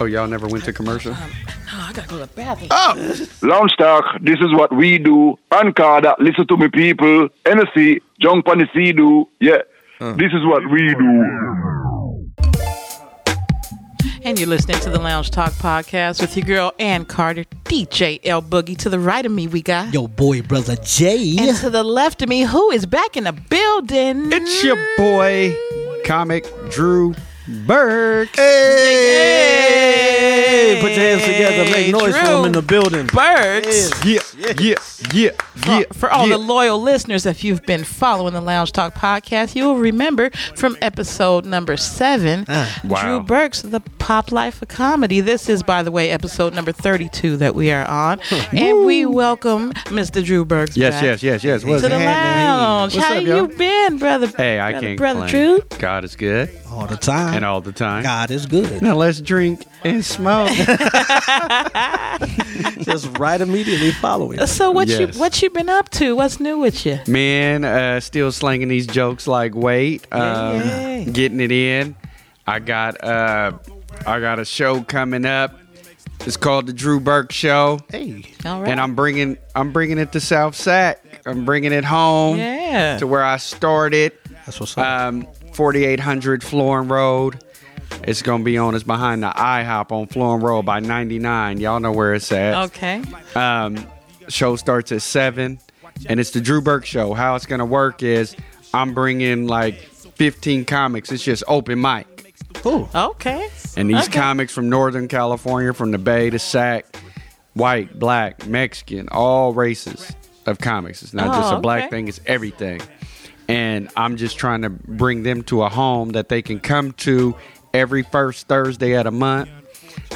Oh, y'all never went to commercial? No, Oh, I gotta go to the bathroom. Loungetalk, this is what we do. Ankada, listen to me, people. NSC, jump on the sea do. Yeah, this is what we do. And you're listening to the Lounge Talk podcast with your girl Ann Carter, DJ L Boogie. To the right of me, we got. Yo, boy, brother Jay. And to the left of me, who is back in the building? It's your boy, comic Drew Burke. Hey, put your hands together, make noise for Drew. him in the building. Birds. Yeah, yeah, yeah, yeah. For all yeah. the loyal listeners, if you've been following the Lounge Talk podcast, you'll remember from episode number seven, wow. Drew Burke's The Pop Life of Comedy. This is, by the way, episode number 32 that we are on. and we welcome Mr. Drew Burke's Yes, back yes, yes, yes. What's to the happening? lounge. What's How up, you y'all? been, brother? Hey, I brother, can't Brother complain. Drew? God is good all the time. and all the time. God is good. Now let's drink and smoke. Just right immediately following. Uh, So what you Yes. what you been up to? What's new with you? Man, uh, still slanging these jokes like wait, um, yeah. getting it in. I got uh, I got a show coming up. It's called the Drew Burke Show, Hey. All right. and I'm bringing I'm bringing it to South Sac. I'm bringing it home Yeah. to where I started. That's what's up. Um, 4800 Florin Road. It's gonna be on. It's behind the IHOP on Florin Road by 99. Y'all know where it's at. Okay. Um, show starts at seven, and it's the Drew Burke show. How it's gonna work is I'm bringing like 15 comics. It's just open mic, Cool. Okay. and these Okay. comics from Northern California, from the Bay to Sac, white, black, Mexican, all races of comics. It's not just Oh, a black okay. thing; it's everything. And I'm just trying to bring them to a home that they can come to every first Thursday at a month.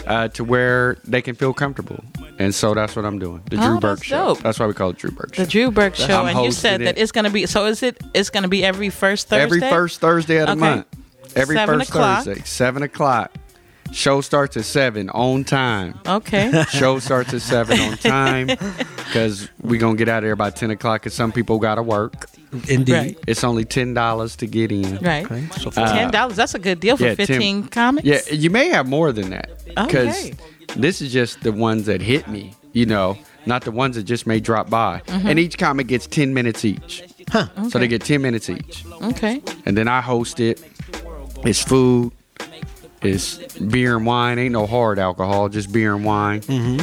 Uh, to where they can feel comfortable, and so that's what I'm doing. The Oh, Drew Burke that's Show. dope. That's why we call it Drew Burke Show. The Drew Burke show, I'm and you hosting said that it. it's gonna be. So is it? It's gonna be every first Thursday. Every first Thursday of the Okay. month. Every Seven first o'clock. Thursday, seven o'clock. Show starts at seven on time. Okay. Show starts at seven on time because we gonna get out of there by ten o'clock. Cause some people gotta work. Indeed. right. It's only ten dollars to get in. Right. So for Ten dollars. That's a good deal for yeah, Tim- fifteen comics. Yeah, you may have more than that because Okay. this is just the ones that hit me. You know, not the ones that just may drop by. Mm-hmm. And each comic gets ten minutes each. Huh. So they get ten minutes each. Okay. and then I host it. It's food. It's beer and wine. Ain't no hard alcohol, just beer and wine. and,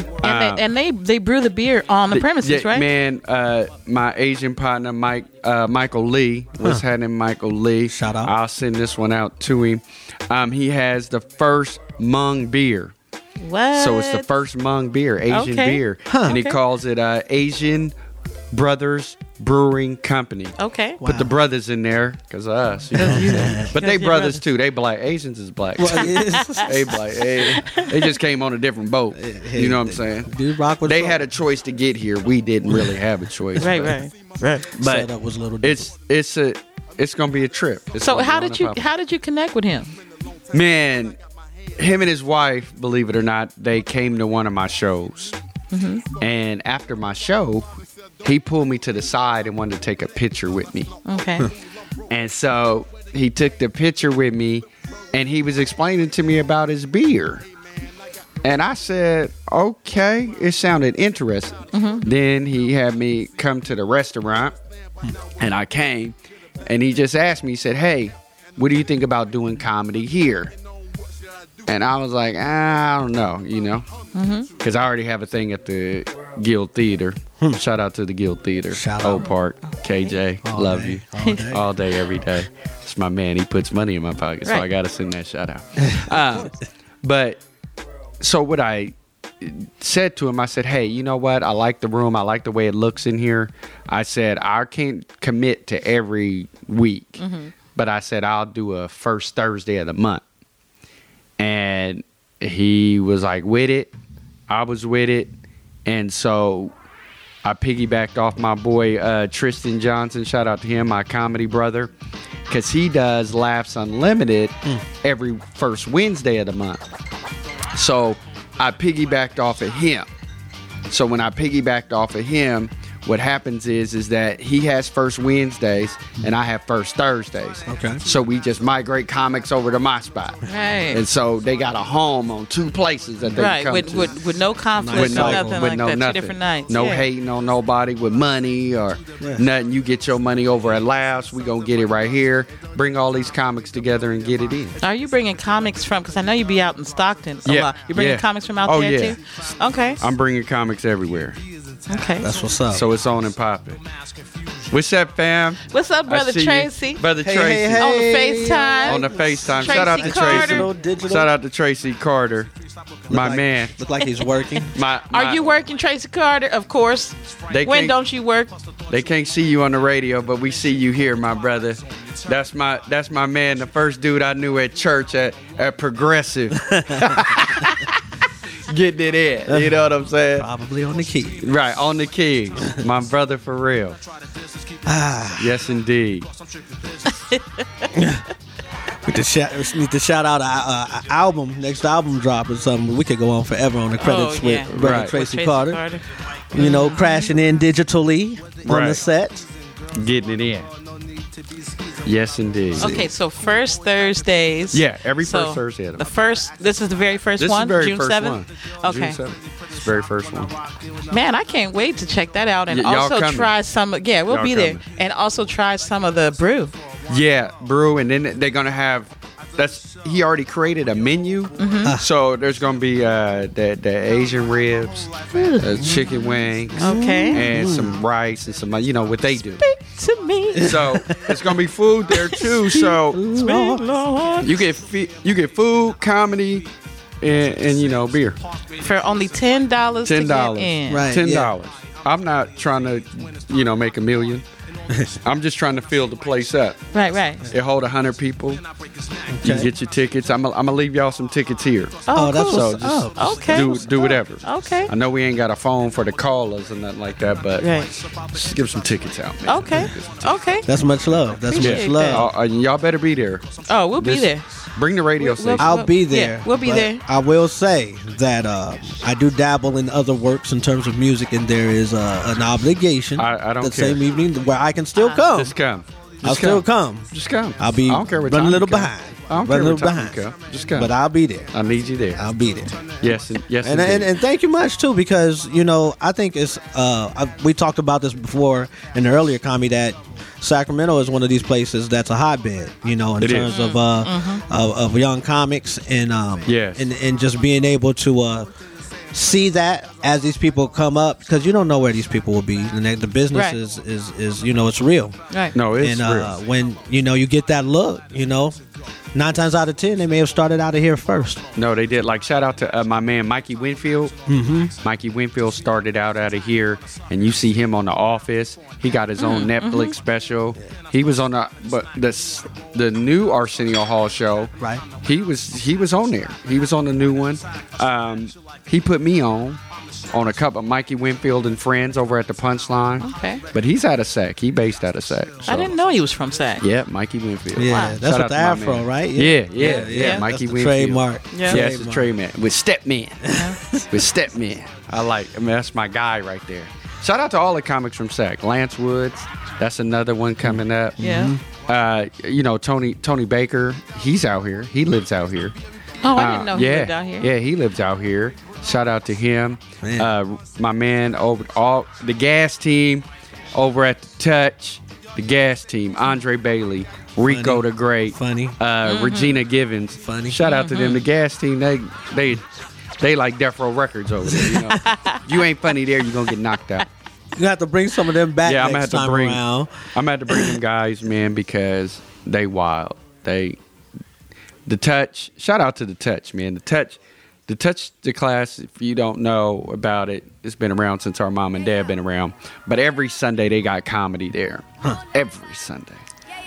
they, and they they brew the beer on the premises, Uh, Yeah, right? Man, uh, my Asian partner Mike uh, Michael Lee. What's happening, Michael Lee? Shout out. I'll send this one out to him. Um, he has the first Hmong beer. What? So it's the first Hmong beer, Asian Okay. beer, and he Okay. calls it uh, Asian Brothers Brewing Company. Okay. Put the brothers in there because of us. You know what I'm saying? But they you're brothers brothers. too. They black. Asians is black. Well, it's- they black. They, they just came on a different boat. You know what I'm saying? Dude, rock with They had a choice to get here. We didn't really have a choice. Right. but- Right. But setup was a little different. it's it's a it's gonna be a trip. It's So gonna be how on did the you pop- how did you connect with him? man? Him and his wife, believe it or not, they came to one of my shows, Mm-hmm. and after my show, he pulled me to the side and wanted to take a picture with me. Okay. And so he took the picture with me and he was explaining to me about his beer. And I said, okay, it sounded interesting. Then he had me come to the restaurant and I came and he just asked me, he said, hey, what do you think about doing comedy here? And I was like, I don't know, you know, because I already have a thing at the Guild Theater. Shout out to the Guild Theater, Hmm. Shout Old out. Park, KJ, All love day, you all day. all day, every day. It's my man. He puts money in my pocket, so I Right. gotta send that shout out. Um, but so what I said to him, I said, "Hey, you know what? I like the room. I like the way it looks in here." I said, "I can't commit to every week, but I said I'll do a first Thursday of the month." And he was like with it. I was with it, and so I piggybacked off my boy uh, Tristan Johnson. Shout out to him, my comedy brother, because he does Laughs Unlimited every first Wednesday of the month. So I piggybacked off of him. So when I piggybacked off of him, what happens is is that he has first Wednesdays and I have first Thursdays. Okay. So we just migrate comics over to my spot. Right. And so they got a home on two places that they Right, come with, to. with, with no conflict, with no, or nothing with like no that. nothing. Two different nights. No yeah. hating on nobody with money or Yeah. nothing. You get your money over at last. We gonna get it right here. Bring all these comics together and get it in. Are you bringing comics from? Because I know you be out in Stockton a Yeah, lot. You bringing yeah. comics from out Oh, there yeah. too? Okay. I'm bringing comics everywhere, okay. That's what's up. so it's on and popping. What's up, fam? What's up, I brother see you. Tracy? Brother Hey, Tracy. hey, hey. On the FaceTime. On the FaceTime. Tracy Shout out to Carter. Tracy. Digital. Shout out to Tracy Carter, my like, man. Look like he's working. My, Are my- you working, Tracy Carter? Of course. They when can't- don't you work? They can't see you on the radio, but we see you here, my brother. That's my that's my man, the first dude I knew at church at, at Progressive. Getting it in, you know what I'm saying? Probably on the key. Right, on the keys. My brother for real. Ah, Yes indeed. We just shout, we need to shout out our, uh, our album, next album drop or something. We could go on forever on the credits Oh, yeah. with Brother Right. Tracy, Carter. You know, crashing in digitally on the Right. set. Getting it in. Yes indeed. Okay, so first Thursdays. Yeah, every So first Thursday of the The month. first. This is the very first This is one. the very June first seventh. one. Okay. June 7th. It's the very first one. Man, I can't wait to check that out and Y- y'all also coming. try some. Yeah, we'll Y'all be there coming. and also try some of the brew. Yeah, brew, and then they're gonna have. That's he already created a menu. So there's gonna be uh, the the Asian ribs, uh, chicken wings, Okay. and Mm. some rice and some uh, you know what they do. to me. So it's gonna be food there too. So Lord. Lord. you get fi- you get food, comedy, and, and you know beer. for only ten dollars to Ten get dollars. in. Right. Ten yeah. dollars. I'm not trying to you know make a million. I'm just trying to fill the place up. right, right. It hold hundred people. You Okay. get your tickets. I'm gonna leave y'all some tickets here. Oh, Oh, that's cool. what's Oh, up. okay. Do do whatever. Okay. I know we ain't got a phone for the callers and nothing like that, but Right. just give some tickets out, man. Okay. Okay. That's much love. That's Appreciate much love. Uh, uh, y'all better be there. Oh, we'll be This- there. Bring the radio We'll- station. we'll- I'll be yeah, there. we'll be but there. I will say that uh, I do dabble in other works in terms of music, and there is uh, an obligation I- I don't that care. same evening where I can Uh, still come. just come. Just I'll still come. Just come. I'll be I don't care what running time a little you come. behind. I don't Running a care what little time you behind. come. Just come. But I'll be there. I need you there. I'll be there. yes, and, yes, and, and indeed. and thank you much too because you know I think it's uh I, we talked about this before in the earlier comedy that Sacramento is one of these places that's a hotbed you know in It terms is. of uh of, of young comics and um Yes. and and just being able to uh see that as these people come up because you don't know where these people will be and that the business Right. is, is is you know it's real Right. no, it's and uh, real. when you know you get that look you know nine times out of ten they may have started out of here first No, they did. Like shout out to uh, my man Mikey Winfield. Mm-hmm. Mikey Winfield started out out of here, and you see him on The Office. He got his own Netflix special. He was on the but the s- the new Arsenio Hall show. Right. He was he was on there. He was on the new one. Um, he put me on on a couple of Mikey Winfield and friends over at the Punchline. Okay. But he's out of Sac. He based out of Sac. I didn't know he was from SAC. Yeah, Mikey Winfield. Yeah, Wow. that's Shout what out the to my afro, man. right? Yeah, yeah, yeah. yeah. Mikey That's the Winfield. trademark. Yeah. Yes, the Trademark. trademan. With Stepman. With Stepman. I like, I mean, that's my guy right there. Shout out to all the comics from SAC. Lance Woods, that's another one coming up. Yeah. Uh, Mm-hmm. you know, Tony Tony Baker, he's out here. He lives out here. Oh, I Uh, didn't know he yeah, lived out here. Yeah, he lives out here. Shout out to him. Man. Uh, my man over all the gas team over at the touch. The gas team, Andre Bailey, Rico Funny. the Great, Funny. uh, Mm-hmm. Regina Givens. Funny. Shout out to them. The gas team, they they they like Death Row Records over there. You, know? If you ain't funny there, you gonna get knocked out. You have to bring some of them back yeah, I'm next gonna have to time bring around. I'm gonna have to bring them guys, man, because they wild. They the touch. Shout out to the touch, man. The touch, the touch, the class. If you don't know about it, it's been around since our mom and dad been around. But every Sunday they got comedy there. Every Sunday,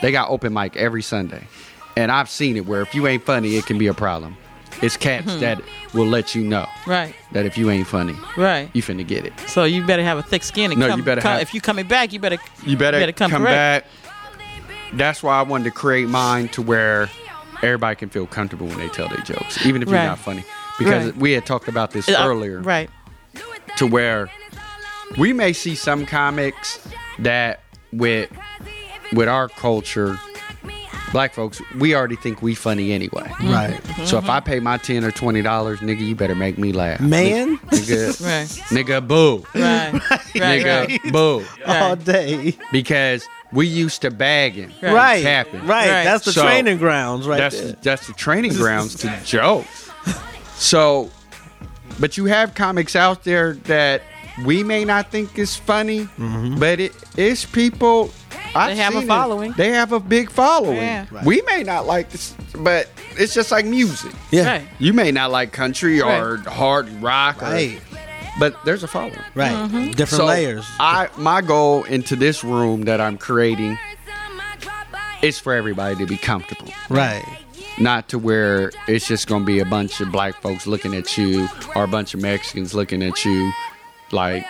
they got open mic every Sunday, and I've seen it where if you ain't funny, it can be a problem. It's cats Hmm. that will let you know Right. that if you ain't funny, Right. you finna get it. So you better have a thick skin. And No, come, you better come- have- if you coming back, you better you better, come, come, correct. back. That's why I wanted to create mine to where everybody can feel comfortable when they tell their jokes, even if Right. Uh, you're not funny. Because Right. we had talked about this Uh, earlier, right. to where we may see some comics that with with our culture, black folks, we already think we funny anyway. Mm-hmm. Right. So if I pay my ten or twenty dollars, nigga, you better make me laugh, Man. Nigga, Right. nigga, boo, Right. Right. nigga, Right. boo, All day. because we used to bagging, Right. Right. Right. Capping. Right. That's the So, training grounds right that's there. that's the training grounds to joke. So, but you have comics out there that we may not think is funny, Mm-hmm. but it is people. I've They have a seen it. following. They have a big following. Yeah. Right. We may not like this, but it's just like music. Yeah. Right. You may not like country or hard rock, or- Right. but there's a following. Right. Different So layers. I my goal into this room that I'm creating is for everybody to be comfortable right. not to where it's just gonna be a bunch of black folks looking at you or a bunch of Mexicans looking at you, like,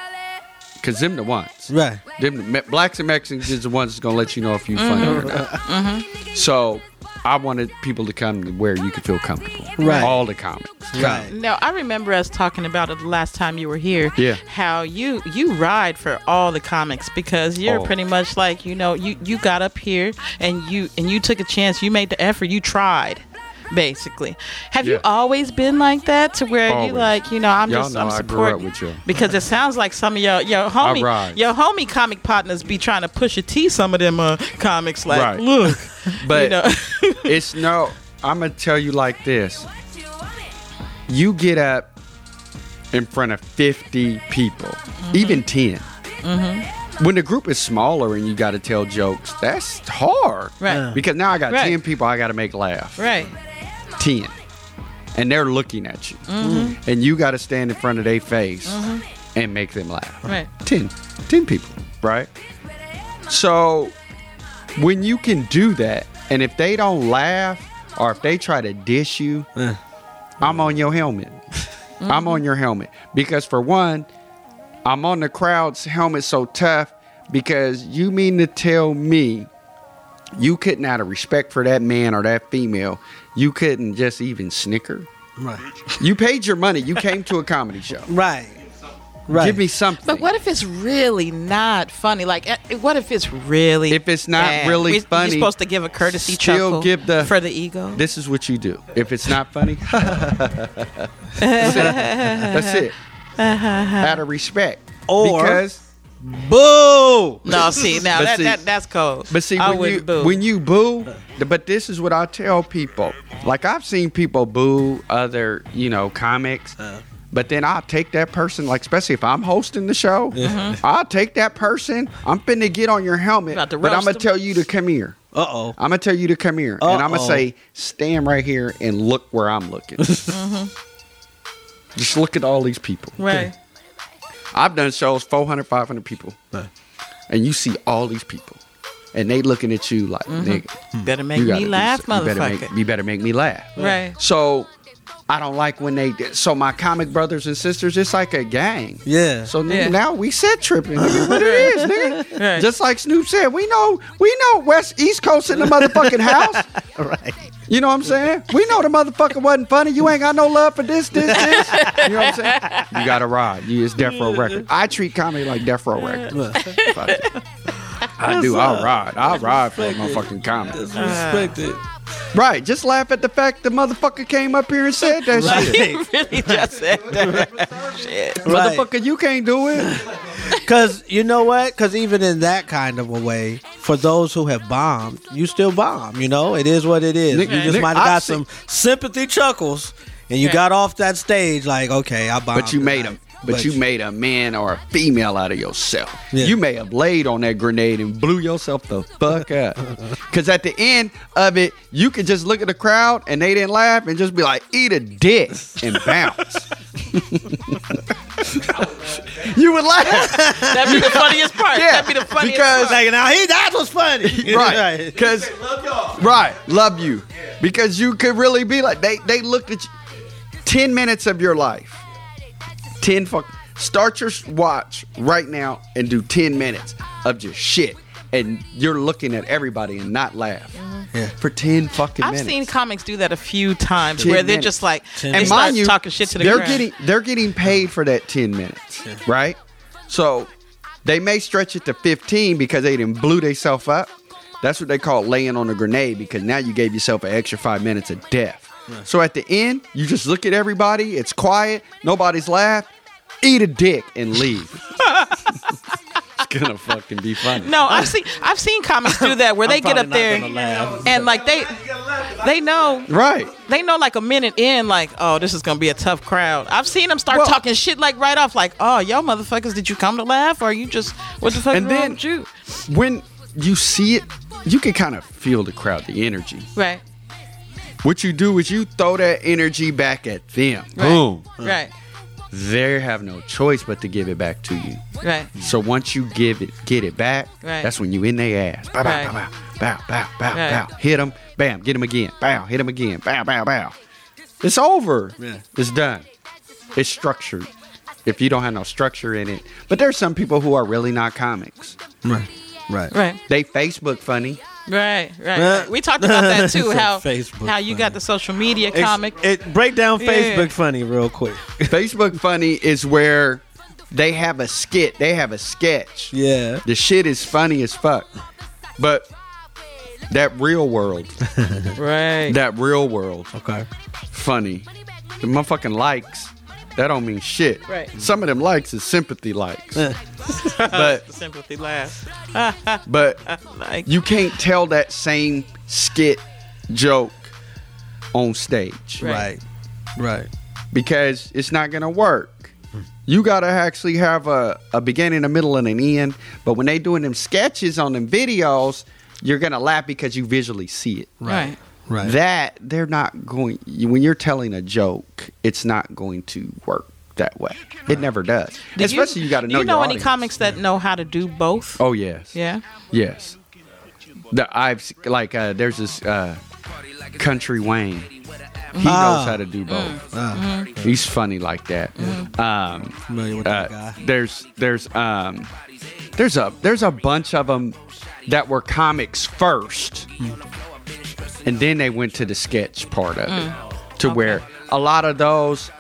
cause them the ones, Right. Them the, Me- blacks and Mexicans is the ones that's gonna let you know if you funny or not. So I wanted people to come to where you could feel comfortable. Right. All the comics. Right. No, I remember us talking about it the last time you were here. Yeah. How you you ride for all the comics because you're Oh. pretty much like you know you you got up here and you and you took a chance. You made the effort. You tried. Basically, have Yeah. you always been like that to where Always. you like you know I'm Y'all just know I'm I grew supporting up with y'all. because it sounds like some of your your homie ride. your homie comic partners be trying to push a T some of them uh, comics like Right. look But you know it's no. I'm gonna tell you like this. You get up in front of 50 people, Mm-hmm. even 10. When the group is smaller and you got to tell jokes, that's hard. Right. Yeah. Because now I got Right. 10 people I got to make laugh. right 10. And they're looking at you. Mm-hmm. And you got to stand in front of their face and make them laugh. right 10 10 people right so when you can do that and if they don't laugh or if they try to dish you i'm on your helmet i'm on your helmet because for one i'm on the crowd's helmet so tough because you mean to tell me you couldn't out of respect for that man or that female you couldn't just even snicker Right. you paid your money you came to a comedy show Right. Right. give me something But what if it's really not funny? Like, eh, what if it's really If it's not bad? really We- funny, You're supposed to give a courtesy still chuckle give the- for the ego. This is what you do. If it's not funny, that's it. That's it. Uh-huh. Out of respect, Or- because Boo. no, see now But that, see- that that's cold. but see I when you wouldn't boo. when you boo, but this is what I tell people. Like I've seen people boo other you know comics. Uh-huh. but then I'll take that person, like especially if I'm hosting the show, I'll take that person. I'm finna get on your helmet, Mm-hmm. About to but I'm roast gonna 'em. tell you to come here. Uh oh. I'm gonna tell you to come here, and I'm gonna Uh-oh. say, stand right here and look where I'm looking. Mm-hmm. Just look at all these people. right, I've done shows 400, 500 people, and you see all these people, and they looking at you like, Mm-hmm. nigga, better make you gotta me do laugh, something. You better, motherfucker. make, you better make me laugh. Right. So. I don't like when they. So my comic brothers and sisters, it's like a gang. Yeah. So nigga, Yeah. now we set tripping. nigga, what it is, nigga. Right. Just like Snoop said, we know we know West East Coast in the motherfucking house. Right. You know what I'm saying? We know the motherfucker wasn't funny. You ain't got no love for this, this, this. You know what I'm saying? You got to ride. You it's Death Row Record. I treat comedy like Death Row Record. Fuck it. I do. I'll ride. I'll ride for motherfucking comedy. Respect it. Right. Just laugh at the fact the motherfucker came up here and said that shit. You really just said that. Shit. Right. Motherfucker, you can't do it. Because you know what? Because even in that kind of a way, for those who have bombed, you still bomb. You know, it is what it is. Nick- you just Nick, might I have got see- some sympathy chuckles, and you got off that stage like, okay, I bombed. But you made him. tonight. But you made a man or a female out of yourself. Yeah. You may have laid on that grenade and blew yourself the fuck up. Because at the end of it, you could just look at the crowd and they didn't laugh and just be like, eat a dick and bounce. you would laugh. That'd be the funniest part. Yeah, That'd be the funniest because- part. Like now he that was funny. Right. Because, right, love you. Because you could really be like, they, they looked at you. 10 minutes of your life. 10 fuck. Start your watch right now and do 10 minutes of just shit. And you're looking at everybody and not laugh for 10 fucking Mm-hmm. I've minutes. seen comics do that a few times Ten where they're minutes. just like And they and start mind you, talking shit to the they're crowd. getting they're getting paid for that 10 minutes, right? So they may stretch it to 15 because they didn't blew themselves up. That's what they call laying on a grenade because now you gave yourself an extra five minutes of death. So at the end, you just look at everybody. It's quiet. Nobody's laugh. Eat a dick and leave. it's gonna fucking be funny. No, I've seen I've seen comics do that where they get up there and like they they know Right. they know like a minute in like oh this is gonna be a tough crowd. I've seen them start Well- talking shit like right off like oh y'all motherfuckers did you come to laugh or you just what the fuck And then- and then you When you see it, you can kind of feel the crowd, the energy. right What you do is you throw that energy back at them. right Boom. right They have no choice but to give it back to you. right So once you give it, get it back. Right. That's when you in their ass. Bow, bow, Right. bow, bow, bow, bow, bow, Right. bow. Hit them. Bam. Get them again. Bow. Hit them again. Bow, bow, bow. It's over. Yeah. It's done. It's structured. If you don't have no structure in it, but there's some people who are really not comics. Right. Right. right. They Facebook funny. Right, right, Yeah. right. We talked about that too. Said How Facebook how you funny. got the social media Ex- comic, It break down Yeah. Facebook funny real quick. Facebook funny is where they have a skit. They have a sketch. Yeah. The shit is funny as fuck. But that real world, right? that real world, Okay. funny. The motherfucking likes, that don't mean shit. Right. Some of them likes is sympathy likes. Eh. but The sympathy laugh. but Like you can't tell that same skit joke on stage Right. Right. Right. because it's not gonna work. You gotta actually have a, a beginning, a middle, and an end. But when they doing them sketches on them videos, you're gonna laugh because you visually see it. right, Right. That they're not going. you- When you're telling a joke, it's not going to work that way. It never does. Do Especially you, got to do know. You know your any audience. comics that know how to do both? Oh yes. Yeah. Yes. The I've s- like uh, there's this uh, country Wayne. He Ah. knows how to do both. Ah, Mm-hmm. Mm. He's funny like that. Um, familiar with uh, Oh, that guy. there's there's um there's a there's a bunch of them that were comics first Hmm. and then they went to the sketch part of Mm. it to where a lot of those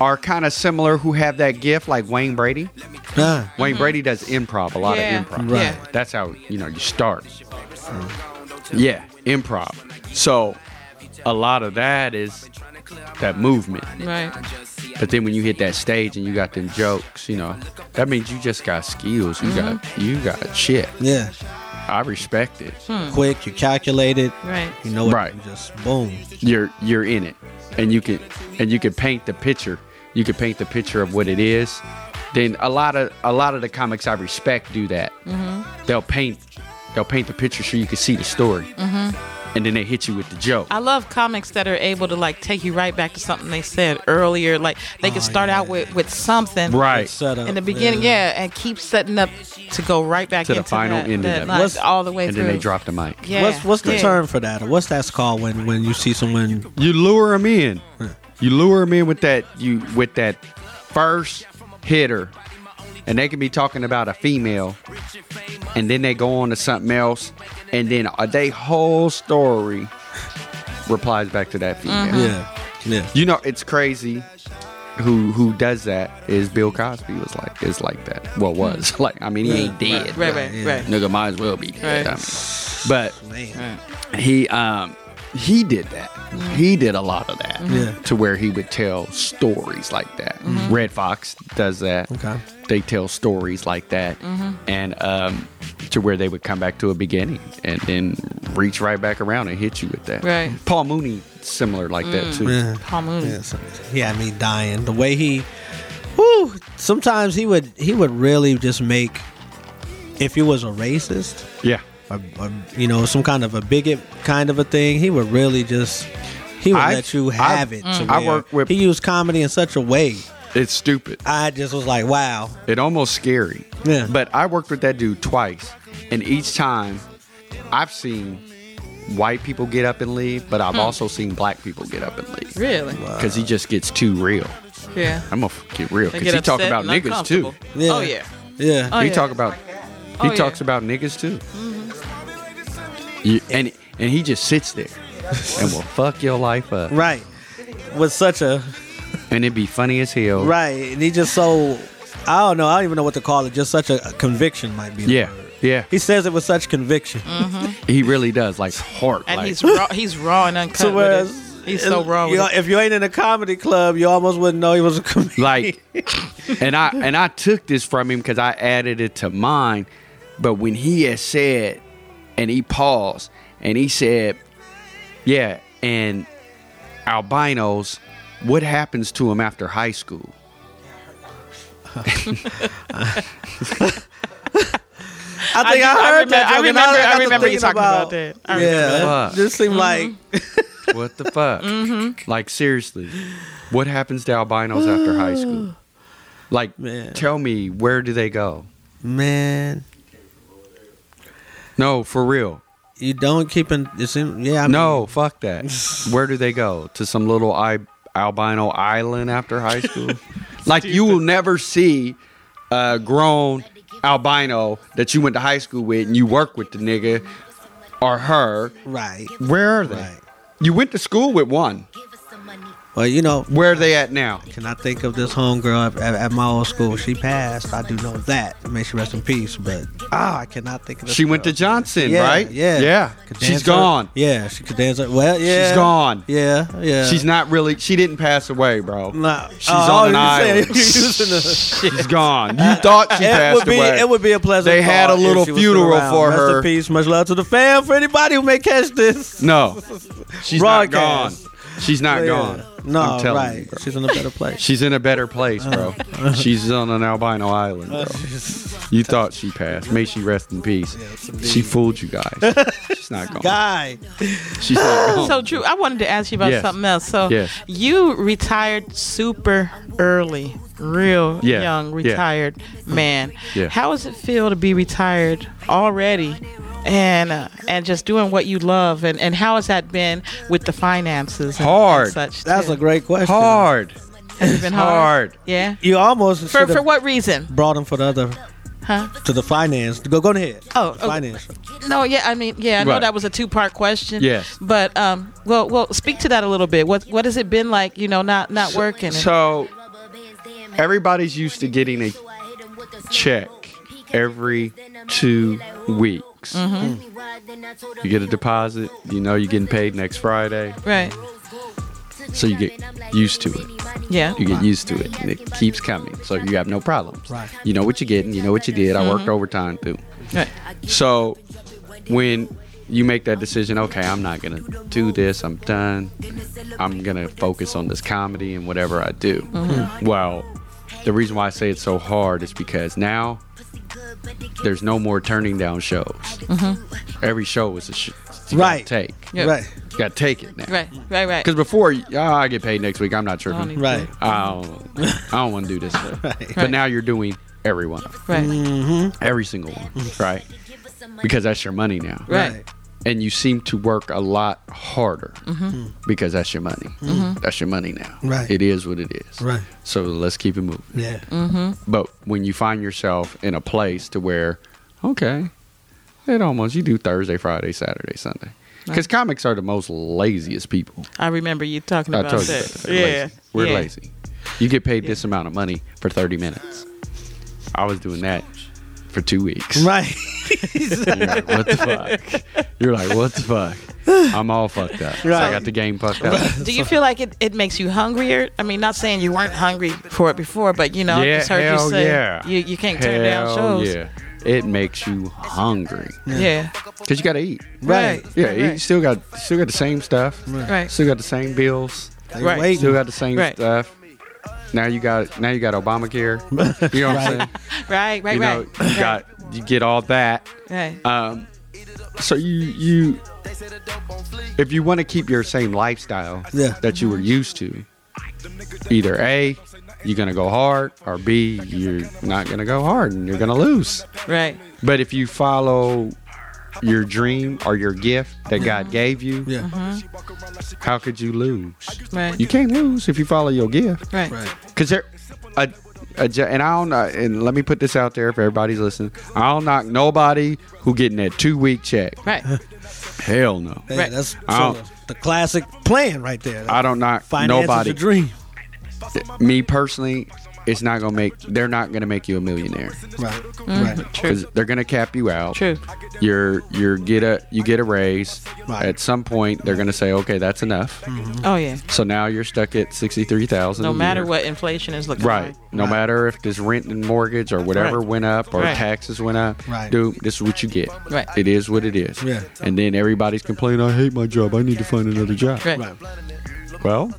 are kind of similar who have that gift like Wayne Brady Ah, Wayne Brady does improv, a lot Mm-hmm. Yeah. of improv. Right. Mm. Yeah. That's how you know you start. Yeah, improv. So a lot of that is that movement. Right. But then when you hit that stage and you got them jokes, you know, that means you just got skills. You Mm-hmm. got you got shit. yeah. I respect it. Hmm. Quick. You calculate it. Right. You know what? Right. You just boom. You're you're in it. And you can and you can paint the picture. You can paint the picture of what it is. Then a lot of a lot of the comics I respect do that. Mm-hmm. They'll paint they'll paint the picture so you can see the story. Mm-hmm. And then they hit you with the joke. I love comics that are able to like take you right back to something they said earlier. Like they can start out with with something Oh, right. Set up in the beginning, yeah, and keep setting up to go right back To the into final that, end of that that. line What's- all the way And through. then they drop the mic. Yeah. What's what's the yeah. term for that? Or What's that called when when you see someone? You lure him in. You lure him in with that you with that first hitter, and they can be talking about a female, and then they go on to something else, and then uh, they whole story replies back to that female. Mm-hmm. Yeah. Yeah. You know, it's crazy. Who who does that is Bill Cosby was like is like that. Well, was like I mean he ain't Yeah, dead. Right, right, Yeah. right. Nigga might as well be dead. Right. I mean. But Man. he um he did that. He did a lot of that. Mm-hmm. Yeah. Mm-hmm. To where he would tell stories like that. Red Fox does that. Okay. Mm-hmm. They tell stories like that. And um to where they would come back to a beginning and then reach right back around and hit you with that. Right. Paul Mooney similar like that too. Mm. Yeah. Paul Mooney. Yeah, so- he had me dying. The way he, whoo, sometimes he would he would really just make, if he was a racist Yeah. or, or you know some kind of a bigot kind of a thing, he would really just he would I've- let you have I've- it. Mm. to I where work with- he used comedy in such a way. It's stupid. I just was like, wow, It almost scary. Yeah. But I worked with that dude twice, and each time, I've seen white people get up and leave, but I've also seen black people get up and leave Hmm. Really? because he just gets too real. Yeah. I'm gonna get real They because get he talk upset about and niggas too. uncomfortable. Yeah. Oh yeah. yeah, Oh, he yeah. talk about Oh, he yeah. Mm-hmm. talks about niggas too, You- and and he just sits there and will fuck your life up, right, with such a and it'd be funny as hell. right, and he just so I don't know. I don't even know what to call it. Just such a a conviction might be. the Yeah, word. yeah. He says it with such conviction. Mm-hmm. He really does, like heart. and like, he's raw, he's raw and uncut. So whereas, with it. He's so and, raw. you With know, it. if you ain't in a comedy club, you almost wouldn't know he was a comedian. like and i and i took this from him because i added it to mine but when he had said and he paused and he said yeah and albinos what happens to him after high school I think I, I heard that. remember- joke, I remember- and all got I to remember you thinking talking about that. Mm-hmm. I remember yeah, that. it just seemed like what the fuck like seriously what happens to albinos after high school like Man. tell me where do they go man, no for real you don't keep in. It seem, yeah, I mean, no fuck that where do they go to some little I- albino island after high school like you will never see a grown albino that you went to high school with and you work with the nigga or her right, where are they right. you went to school with one Well, you know, where are they at now Can I think of this homegirl at, at, at my old school? She passed. I do know that. May she rest in peace. But ah, I cannot think of. This she went to johnson Yeah, right yeah, yeah Could she's dance her- gone Yeah, she could dance. her- Well, yeah, she's gone Yeah, yeah. she's not really she didn't pass away bro Nah, Oh, She's on an island. she's gone you thought she it passed would be away it would be a pleasant. They had thought a little if she was still funeral around. for Rest her. In peace. Much love to the fam. For anybody who may catch this, No, she's not gone. Broadcast. She's not Yeah. gone. No, I'm telling right. you, bro. She's in a better place. She's in a better place, bro. She's on an albino island, bro. You thought she passed. May she rest in peace. She fooled you guys. She's not gone. Guy, She's not gone. So Drew, I wanted to ask you about Yes. something else. So Yes. you retired super early, real Yeah. young Yeah. retired man. Yeah. How does it feel to be retired already? And uh, and just doing what you love, and, and how has that been with the finances? And, Hard. And such that's too? a great question. hard. Has it been Hard. Yeah. You almost For should've for what reason? brought him for the other Huh? to the finance. Go go ahead. Oh, The oh. finance. No, yeah, I mean, yeah, I know Right. that was a two part question. Yes. But um, well, well, speak to that a little bit. What what has it been like? You know, not not working. and- So everybody's used to getting a check every two weeks. Mm-hmm. You get a deposit. You know you're getting paid next Friday, right. so you get used to it. Yeah. You get used to it, and it keeps coming. So you have no problems. Right. You know what you're getting. You know what you did. I worked overtime too. Right. So when you make that decision, okay, I'm not gonna do this. I'm done. I'm gonna focus on this comedy and whatever I do. Well, the reason why I say it's so hard is because now there's no more turning down shows. Every show is a sh- you gotta Right. Take. Yeah. Right. You got to take it now. Right. Right. Right. Because before, oh, I get paid next week. I'm not I don't tripping. need Right. I don't, I don't want to do this stuff. But Right. now you're doing every one, of them. to- Right. every single one, right? Because that's your money now, Right. Right. and you seem to work a lot harder Mm-hmm. because that's your money. That's your money now. Right. It is what it is. Right. So let's keep it moving. Yeah. Mm-hmm. But when you find yourself in a place to where, okay, it almost you do Thursday, Friday, Saturday, Sunday, because comics are the most laziest people. I remember you talking I about told you that. about that. We're Yeah. lazy. We're yeah. lazy. You get paid this amount of money for 30 minutes. I was doing that for two weeks. Right. You're like, what the fuck? You're like, what the fuck? I'm all fucked up. So I Right. got the game fucked up. Do you feel like it, it makes you hungrier? I mean, not saying you weren't hungry for it before, but you know, I yeah, just heard hell you say yeah. you, you can't turn down Hell shows. Yeah. It makes you hungry Yeah. because you got to eat. Right. Yeah, Right. you still got still got the same stuff. Right. Still got the same bills. They Right. waiting. Still got the same Right. stuff. Now you got now you got Obamacare. You know what I'm saying? Right. Right. you know, right. you got you get all that. Right. Um, so you you if you want to keep your same lifestyle Yeah. that you were used to, either A, you're gonna go hard, or B, you're not gonna go hard and you're gonna lose. right. But if you follow your dream or your gift that God gave you, Yeah. Mm-hmm. how could you lose? Right. You can't lose if you follow your gift. right. Right. Cause there, a, a, ge- and I don't know. And let me put this out there for everybody's listening. I don't knock nobody who getting that two week check. Right. Hell no. Hey, Right. That's so Ow. the classic plan right there. I don't knock Finance is nobody. your dream. Me personally, it's not gonna make they're not gonna make you a millionaire Right. Mm, Right. True. because they're gonna cap you out. True. You're you're get a you get a raise. Right. At some point, they're gonna say, okay, that's enough. Oh yeah. So now you're stuck at sixty three thousand. No matter what inflation is looking Right. like. No Right. matter if this rent and mortgage or whatever Right. went up or Right. taxes went up, Right. dude, this is what you get. Right. It is what it is. Yeah. And then everybody's complaining, I hate my job. I need to find another job. Right. Right. Well,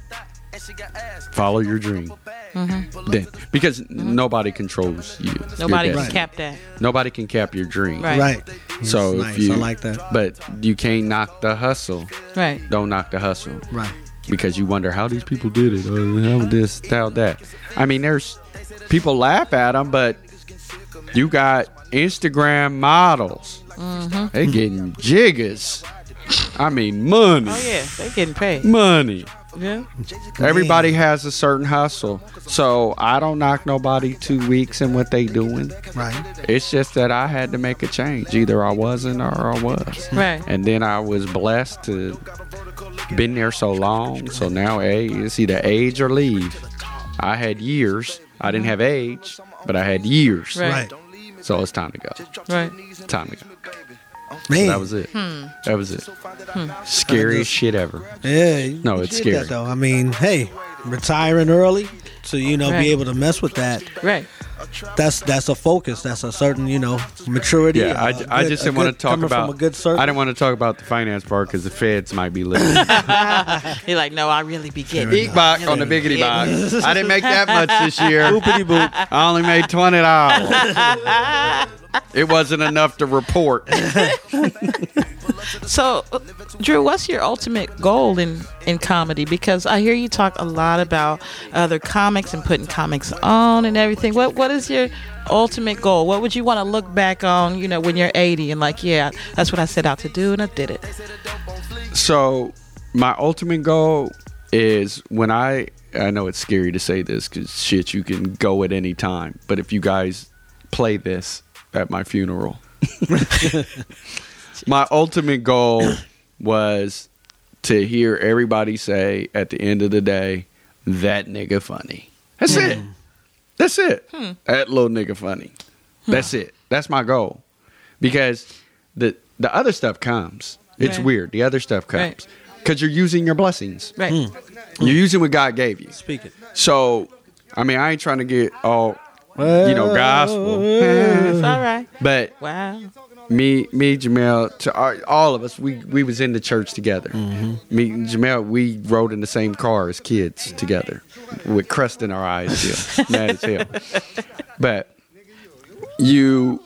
follow your dream. Then, because nobody controls you. your Nobody can destiny. cap that. Nobody can cap your dream. Right. Right. So if That's nice. you, I like that. But you can't knock the hustle. Right. Don't knock the hustle Right. because you wonder how these people did it, or how this, how that. I mean, there's people laugh at them, but you got Instagram models. Mm-hmm. They getting jiggas. I mean, money, Oh yeah. They're getting paid. money. Yeah. Everybody has a certain hustle, so I don't knock nobody two weeks in what they doing. Right. It's just that I had to make a change. Either I wasn't or I was. Right. And then I was blessed to been there so long. So now hey, it's either age or leave. I had years. I didn't have age, but I had years. Right. Right. So it's time to go. Right. Time to go. Man. That was it. Hmm. That was it. Scariest shit ever. Yeah. you No, it's did that, scary. though. I mean, hey, retiring early to you know Right. be able to mess with that. Right. That's that's a focus. That's a certain you know maturity. Yeah, I, a I good- just a didn't want good- to talk coming about. from a good circle. I didn't want to talk about the finance part because the feds might be listening. You're like, no, I really be getting. Big box on the biggity box. I didn't make that much this year. I only made twenty dollars. it wasn't enough to report. So, Drew, what's your ultimate goal in in comedy? Because I hear you talk a lot about other comics and putting comics on and everything. What what is your ultimate goal? What would you want to look back on? You know, when you're 80 and like, yeah, that's what I set out to do and I did it. So my ultimate goal is when I I know it's scary to say this because shit, you can go at any time. But if you guys play this at my funeral, my ultimate goal was to hear everybody say at the end of the day, "That nigga funny." That's it. That's it. That little nigga funny. That's it. That's my goal. Because the the other stuff comes. It's Right. weird. The other stuff comes. Right. Cuz you're using your blessings. Right. You're using what God gave you. Speak it. So, I mean, I ain't trying to get all you know gospel, It's all right. but Wow. me, me, Jamel, to our, all of us, we we was in the church together. Me and Jamel, we rode in the same car as kids together, with crust in our eyes, still mad as hell. But you,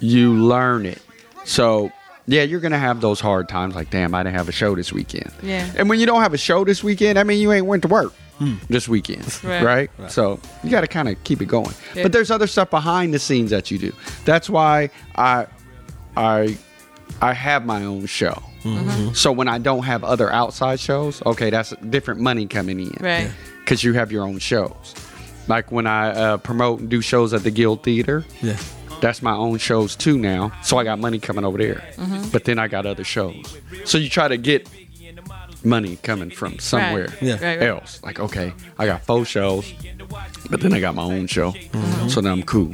you learn it. So yeah, you're gonna have those hard times. Like, damn, I didn't have a show this weekend. Yeah. And when you don't have a show this weekend, I mean, you ain't went to work. This weekend, Right. right? So you got to kind of keep it going. Yeah. But there's other stuff behind the scenes that you do. That's why I I I have my own show. Mm-hmm. So when I don't have other outside shows, okay, that's different money coming in. Right. Cuz you have your own shows. Like when I uh, promote and do shows at the Guild Theater, Yeah. that's my own shows too now. So I got money coming over there. Mm-hmm. But then I got other shows. So you try to get money coming from somewhere Yeah. Right, right. else. Like, okay, I got four shows, but then I got my own show. Mm-hmm. So now I'm cool.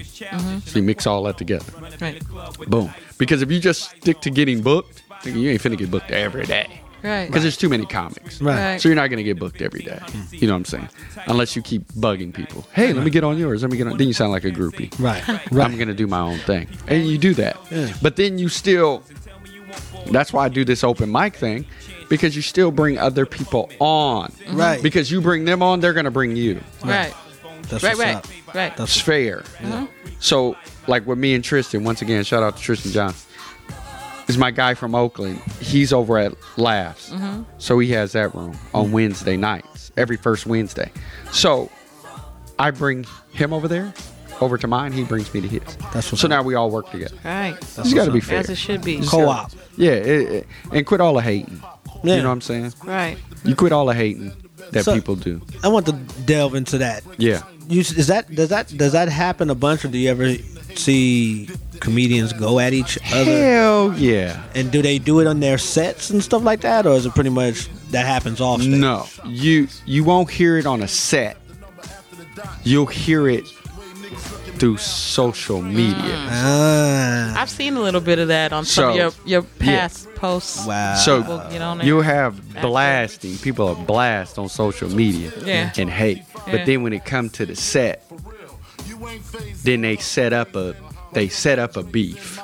So you mix all that together. Right. Boom. Because if you just stick to getting booked, nigga, you ain't finna get booked every day. Right. Because there's too many comics. Right. So you're not gonna get booked every day. You know what I'm saying? Unless you keep bugging people. Hey, let me get on yours. Let me get on. Then you sound like a groupie. Right. Right. I'm gonna do my own thing, and you do that. But then you still. That's why I do this open mic thing, because you still bring other people on. Right. Because you bring them on, they're gonna bring you. Right. That's Right. what's Right. up. Right. That's- It's fair. Uh-huh. So, like with me and Tristan, once again, shout out to Tristan Johnson. Is my guy from Oakland. He's over at Laughs. Mm-hmm. So he has that room on Wednesday nights, every first Wednesday. So I bring him over there, over to mine. He brings me to his. That's what's so up. now we all work together. Right. It's got to be fair. As it should be. Co-op. Yeah, it, it- and quit all the hating. Yeah. You know what I'm saying? Right. You quit all the hating that So- people do. I want to delve into that. Yeah. You, is that does that does that happen a bunch, or do you ever see comedians go at each other? Hell yeah. And do they do it on their sets and stuff like that, or is it pretty much that happens off? stage? No, you you won't hear it on a set, you'll hear it through social Mm. media. Uh, Ah, I've seen a little bit of that on some of So, your your yeah. past posts. wow. So People get on there. you'll have blasting. People are blast on social media Yeah. and hate. Yeah. But then when it come to the set, then they set up a they set up a beef.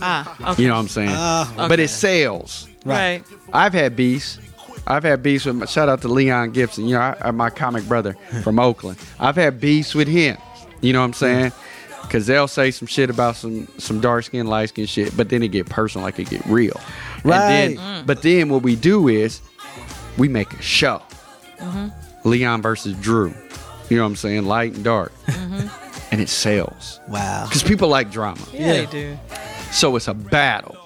ah, okay. You know what I'm saying? Ah. But it sells. right. I've had beefs. I've had beefs with my, shout out to Leon Gibson, you know, I, I- my comic brother from Oakland. I've had beefs with him. You know what I'm saying? Cause they'll say some shit about some some dark skin, light skin shit, but then it get personal, like it get real. And then, But then what we do is we make a show. Leon versus Drew. You know what I'm saying? Light and dark. And it sells. wow. Because people like drama. Yeah, Yeah. they do. So it's a battle.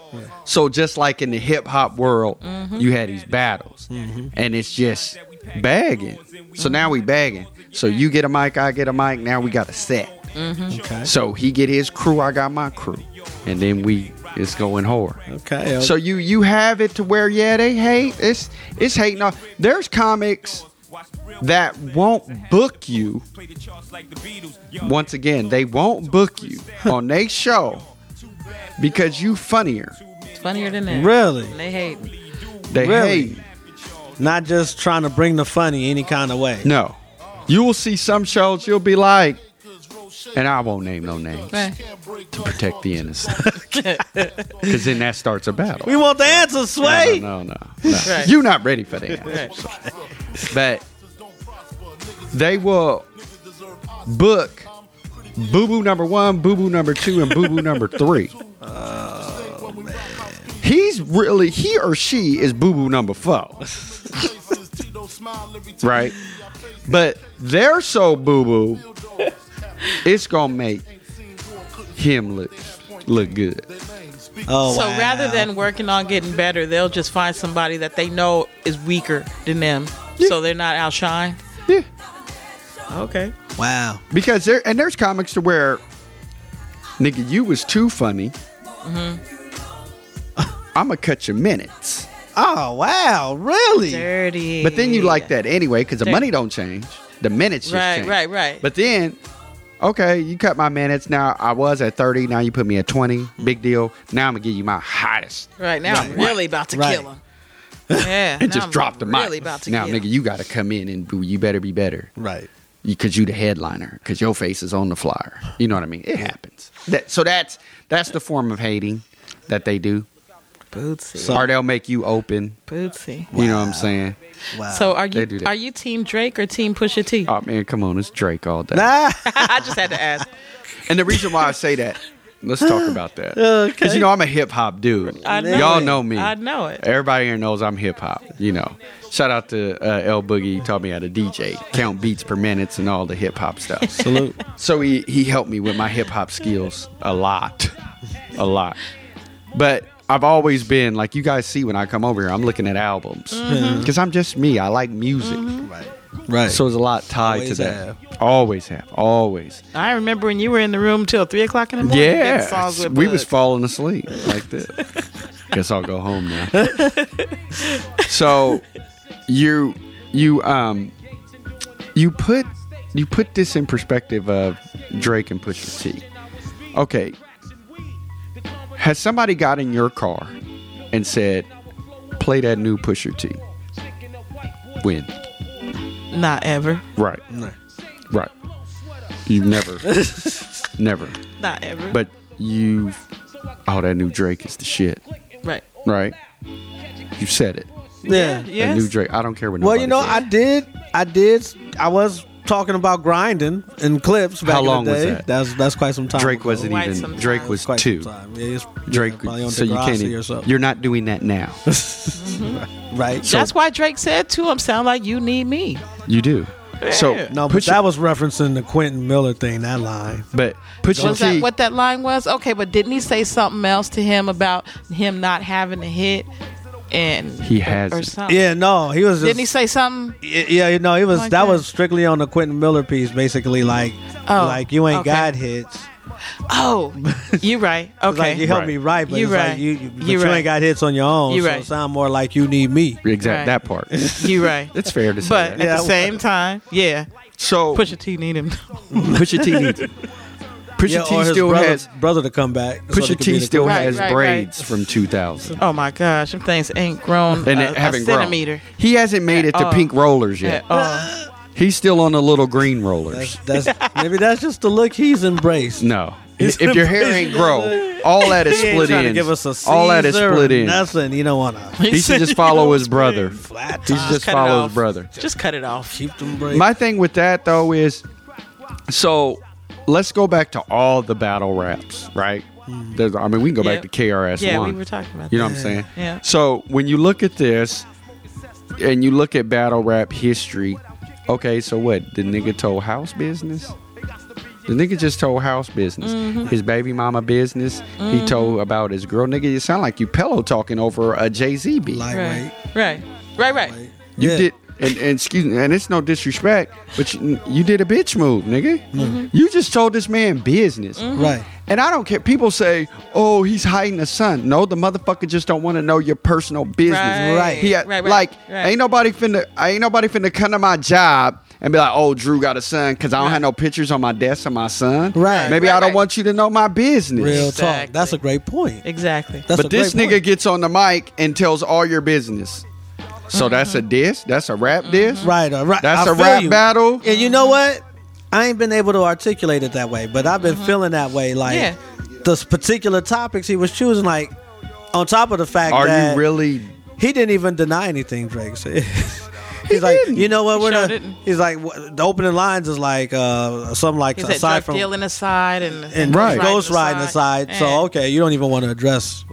So just like in the hip hop world, you had these battles, and it's just bagging. So now we bagging. So you get a mic, I get a mic. Now we got a set. Okay. So he get his crew, I got my crew, and then we it's going hard. Okay. So you you have it to where yeah they hate it's it's hating off. There's comics that won't book you. Once again, they won't book you on they show because you funnier. It's funnier than that. Really? And they hate. They Really? hate. Not just trying to bring the funny any kind of way. No, you will see some shows you'll be like, and I won't name no names Right. to protect the innocent. Because then that starts a battle. We want the answer, Sway. No, no, no. no. Right. You're not ready for that. But they will book Boo Boo number one, Boo Boo number two, and Boo Boo number three. He's really he or she is Boo Boo number four, right? But they're so Boo Boo, it's gonna make him look look good. Oh, so wow. rather than working on getting better, they'll just find somebody that they know is weaker than them, so they're not outshined. Yeah. Okay. wow. because there and there's comics to where nigga you was too funny Mm-hmm. i'ma cut your minutes Oh, wow. Really? Dirty. but then you like that anyway because the There- money don't change the minutes just Right, change. right, right. but then okay you cut my minutes now i was at 30 now you put me at 20 big deal now i'm gonna give you my hottest Right now, I'm really about to Right. kill him. Yeah. and now just I'm drop the mic Really about to now kill nigga 'em. you gotta come in and do you better be better Right. because you the headliner because your face is on the flyer you know what i mean it happens that, so that's that's the form of hating that they do Bootsy. or they'll make you open Bootsy. you know what i'm saying Wow. So are They you do that. are you team Drake or team Pusha T? I oh man come on it's drake all day just had to ask. and the reason why i say that let's talk about that because Okay. you know i'm a hip-hop dude I know y'all it. know me I know it. Everybody here knows I'm hip hop. You know, shout out to uh, L Boogie. He taught me how to DJ, count beats per minutes, and all the hip hop stuff. Salute. So he he helped me with my hip hop skills a lot, a lot. But I've always been like you guys see when I come over here, I'm looking at albums Mm-hmm. because I'm just me. I like music, right. Right. so there's a lot tied Mm-hmm. Always to that. have. Always have, always. I remember when you were in the room till three o'clock in the morning. getting songs Yeah, with we was Bug. falling asleep like this. Guess I'll go home now. so you you um you put you put this in perspective of Drake and Pusha T. Okay, has somebody got in your car and said, "Play that new Pusher T"? When? Not ever. Right. Right. You never, never. Not ever. But you, oh, that new Drake is the shit, right. right? You said it. yeah. That new Yes. Drake. I don't care what. Well, nobody you know, I says. did. I did. I was talking about grinding in clips back How in long the was day. that? That's that's quite some time. Drake ago. wasn't Quite even. some Drake time. was quite two. Some time. Yeah, it's, Drake. yeah, probably on so you Degrassi can't. Or Even, something. you're not doing that now. right. That's why Drake said to him, "Sound like you need me." you do. So no, but Pusha- that was referencing the Quentin Miller thing. That line. But Pusha Was that T. what that line was? Okay, but didn't he say something else to him about him not having a hit? And He has or it. something. Yeah. No, he was. Just, Oh. Didn't he say something? Y- Yeah, no, it was Like that that. was strictly on the Quentin Miller piece, basically like Oh, like you ain't okay. got hits. Oh, you're right. Okay. Like you helped me right, but You it's right. like you, you, but You you right. ain't got hits on your own. You so right. it sound more like you need me. Exact Right. that part. You're right. It's fair to say. But that. at Yeah, the I- same time, yeah, So Pusha T need him. Pusha T needs it. Pusha Yeah, T or his still brother, has brother to come back. so they Pusha could T be the still cool- Right, has right, right. braids from 2000 Oh my gosh, them things ain't grown and a, it a haven't grown. centimeter. Uh, He hasn't made it to all. pink rollers at yet. all. He's still on the little green rollers. That's, that's maybe that's just the look he's embraced. No. If if your hair ain't grow, all that is He ain't split trying to in. give us a All that is Caesar or split in. Nothing. You don't want to He should just follow his brother. flat He top, should just cut it follow off. his brother. Just cut it off. keep them braids. My thing with that though is, so let's go back to all the battle raps, right? Mm-hmm. There's, I mean, we can go Yep. back to KRS Yeah, we One. were talking about You know what I'm that. saying? Yeah. So when you look at this, and you look at battle rap history, okay, so what? The nigga told house business. The nigga just told house business, Mm-hmm. his baby mama business. He told about his girl. Nigga, you sound like you pillow talking over a Jay Z beat. lightweight. Right, right, right, right. You Yeah. did, and, and excuse me, and it's no disrespect, but you, you did a bitch move, nigga. Mm-hmm. You just told this man business, Right. and I don't care. People say, "Oh, he's hiding a son." No, the motherfucker just don't want to know your personal business. Right, Right. He, right, right, like right. ain't nobody finna, I ain't nobody finna come to my job. And be like, oh, Drew got a son because I don't have no pictures on my desk of my son. Right. Maybe Right, I don't right. want you to know my business. Real Exactly. talk. That's a great point. Exactly. That's a but this great nigga point. gets on the mic and tells all your business. So Mm-hmm. that's a diss. That's a rap diss. right. Uh, right. That's a a rap battle. And you know what? I ain't been able to articulate it that way, but I've been feeling that way. Like Mm-hmm. Yeah. the particular topics he was choosing, like on top of the fact Are that you really? he didn't even deny anything. Drake said. He's like, you know what? He We're sure not. didn't. He's like, what, the opening lines is like uh, something like Is that aside drug from dealing aside and, and Right. ghost riding aside. So okay, you don't even want to address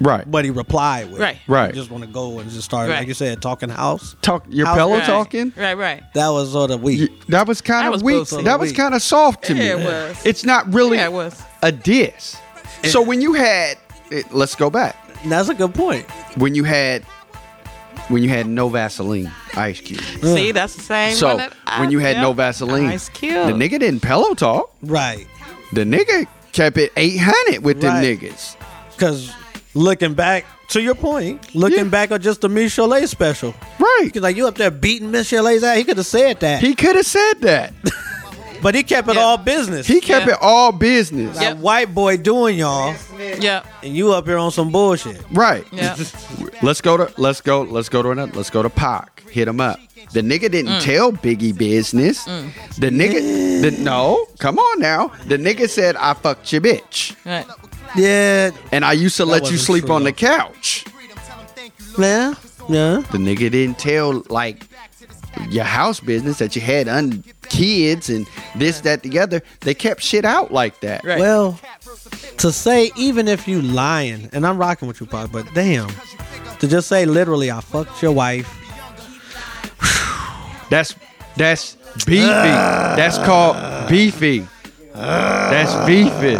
Right. what he replied with. Right. Right. You just want to go and just start, Right. like you said, talking house. Talk your How's pillow that? talking. Right, right. That was sort of weak. Y- That was kind That of was weak. boozy. That was Weak. kind of soft to Yeah, me. it was. It's not really Yeah, it was. a diss. so when you had, it, let's go back. That's a good point. When you had, when you had no Vaseline, Ice Cube. See, that's the same. one So that I when you had no felt. Vaseline, Ice Cube. the nigga didn't pillow talk. Right. The nigga kept it eight hundred with Right. the niggas. Because looking back, to your point, looking Yeah. back on just the Miss Chalet special. Right. He's like, you up there beating Miss Chalet's ass. He could have said that. He could have said that. but he kept it Yeah. all business. He kept Yeah. it all business. that Yep. white boy doing y'all, Yeah, and you up here on some bullshit. Right. yeah. Let's go to let's go let's go to another let's go to Pac. Hit him up. The nigga didn't Mm. tell Biggie business. The nigga the, no, come on now. The nigga said I fucked your bitch. right. Yeah, And I used to let you wasn't sleep true, on the though. couch. man. Yeah. The nigga didn't tell like your house business that you had un- kids and this, that, the other. They kept shit out like that. Right. Well, to say even if you lying, and I'm rocking with you, Pop, but damn, to just say literally, I fucked your wife. That's that's beefy. that's called beefy. that's beefy.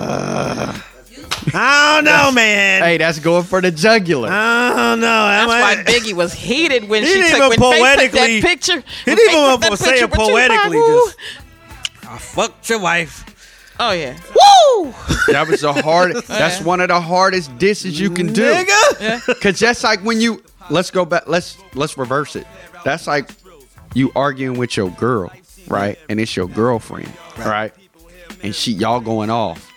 I don't know, man. Hey, that's going for the jugular. I don't know. That's why Biggie was heated when He she didn't took even when Faye took poetically- that picture. he when didn't Faye even took that say it picture with Tupac, poetically, woo. just- I fucked your wife. Oh yeah. Woo! That was the hard. That's one of the hardest disses you can do. Nigga. Cause that's like when you let's go back. Let's let's reverse it. That's like you arguing with your girl, right? And it's your girlfriend, right? And she y'all going off,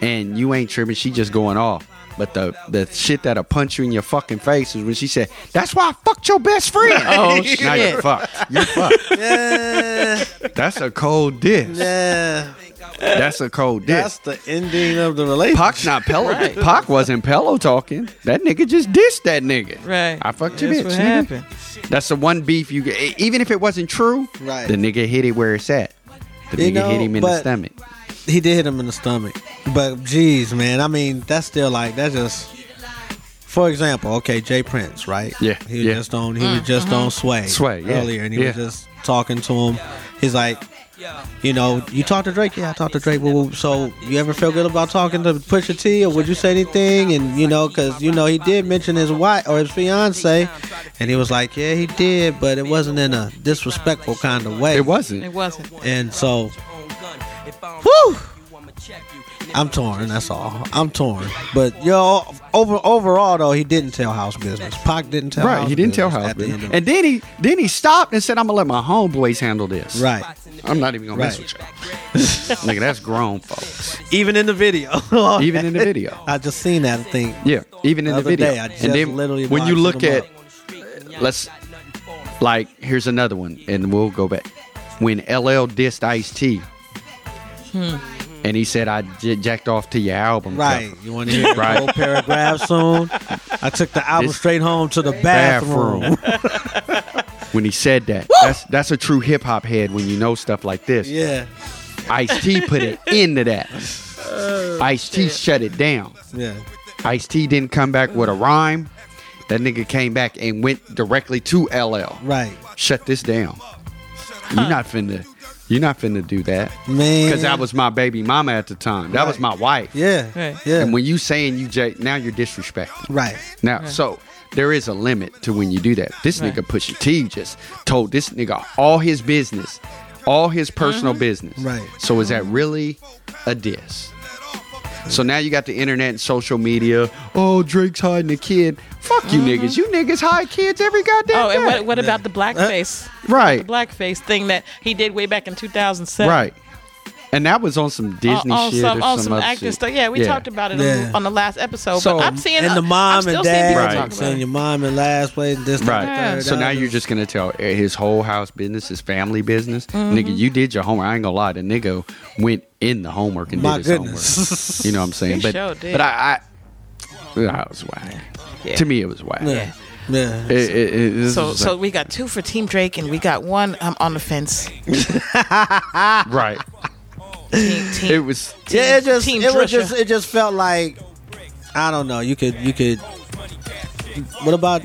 and you ain't tripping. She just going off. But the the shit that'll punch you in your fucking face is when she said, "That's why I fucked your best friend." Oh, Now shit. you're fucked. You're fucked. That's a cold diss. Yeah. That's a cold diss. That's the ending of the relationship. Pac's not pillow. Right. Pac wasn't pillow talking. That nigga just dissed that nigga. Right. I fucked your That's bitch. what nigga. happened. That's the one beef you get. E, Even if it wasn't true, Right. the nigga hit it where it's at. The You nigga know, hit him in the but- stomach. He did hit him in the stomach. But geez, man, I mean, that's still like that's just. For example, okay, Jay Prince, right? Yeah, He was yeah. just on. He was just on Sway. Sway, yeah, earlier, and he was yeah. just talking to him. He's like, you know, you talk to Drake. Yeah, I talked to Drake. Well, so you ever feel good about talking to Pusha T, or would you say anything? And you know, because you know he did mention his wife or his fiance, and he was like, yeah, he did, but it wasn't in a disrespectful kind of way. It wasn't. It wasn't. And so, own gun. If I don't whew, I'm torn. That's all. I'm torn. But yo, over overall though, he didn't tell house business. Pac didn't tell. right, house he didn't tell business house at the business. end of- And then he then he stopped and said, "I'm gonna let my homeboys handle this." right. I'm not even gonna mess Right. with y'all. Nigga, that's grown folks. Even in the video. Even in the video. I just seen that thing. Yeah, even in the The other video. day, I just and then literally when you watched look them at, uh, let's like here's another one, and we'll go back. When LL dissed Ice T, and he said, "I j- jacked off to your album." Hmm. Right. cover." You want to hear the Right. whole paragraph soon? I took the album This- straight home to the bathroom. Bathroom. when he said that, that's that's a true hip hop head. When you know stuff like this, Yeah. Ice T put an end to that. Oh, Ice T shut it down. Yeah. Ice T didn't come back with a rhyme. That nigga came back and went directly to LL. Right. Shut this down. You're not finna. You're not finna do that. Man. Because that was my baby mama at the time. That was my wife. Yeah. Right. Yeah. And when you saying you J, now you're disrespecting. right. Now, so there is a limit to when you do that. This Right. nigga Pusha T just told this nigga all his business, all his Uh-huh. personal business. Right. So is that really a diss? So now you got the internet and social media. Oh, Drake's hiding a kid. Fuck you niggas. You niggas hide kids every goddamn Uh-huh. Oh, and day. what, what about the blackface? right. The blackface thing that he did way back in 2007. Right. And that was on some Disney on, on shit Oh, some, or on some, some other acting shit. stuff. Yeah, we Yeah. talked about it Yeah. on, on the last episode. So, but I'm seeing and uh, the I'm mom still and seeing dad people Right. talk about saying it. your mom in last place, this, that, Right. the third, So that, now and you're just gonna tell eh, his whole house business, his family business. Mm-hmm. Nigga, you did your homework. I ain't gonna lie. The nigga went in the homework and My did his goodness. homework. You know what I'm saying? He but sure did. but I, I that was whack. Yeah. To me, it was whack. Yeah. Yeah. It- it- it- this So, was so like- we got two for Team Drake, and we got one um, on the fence. right. Team, team, It was Yeah, it just Team it was Drusha. just it just felt like I don't know. You could you could. What about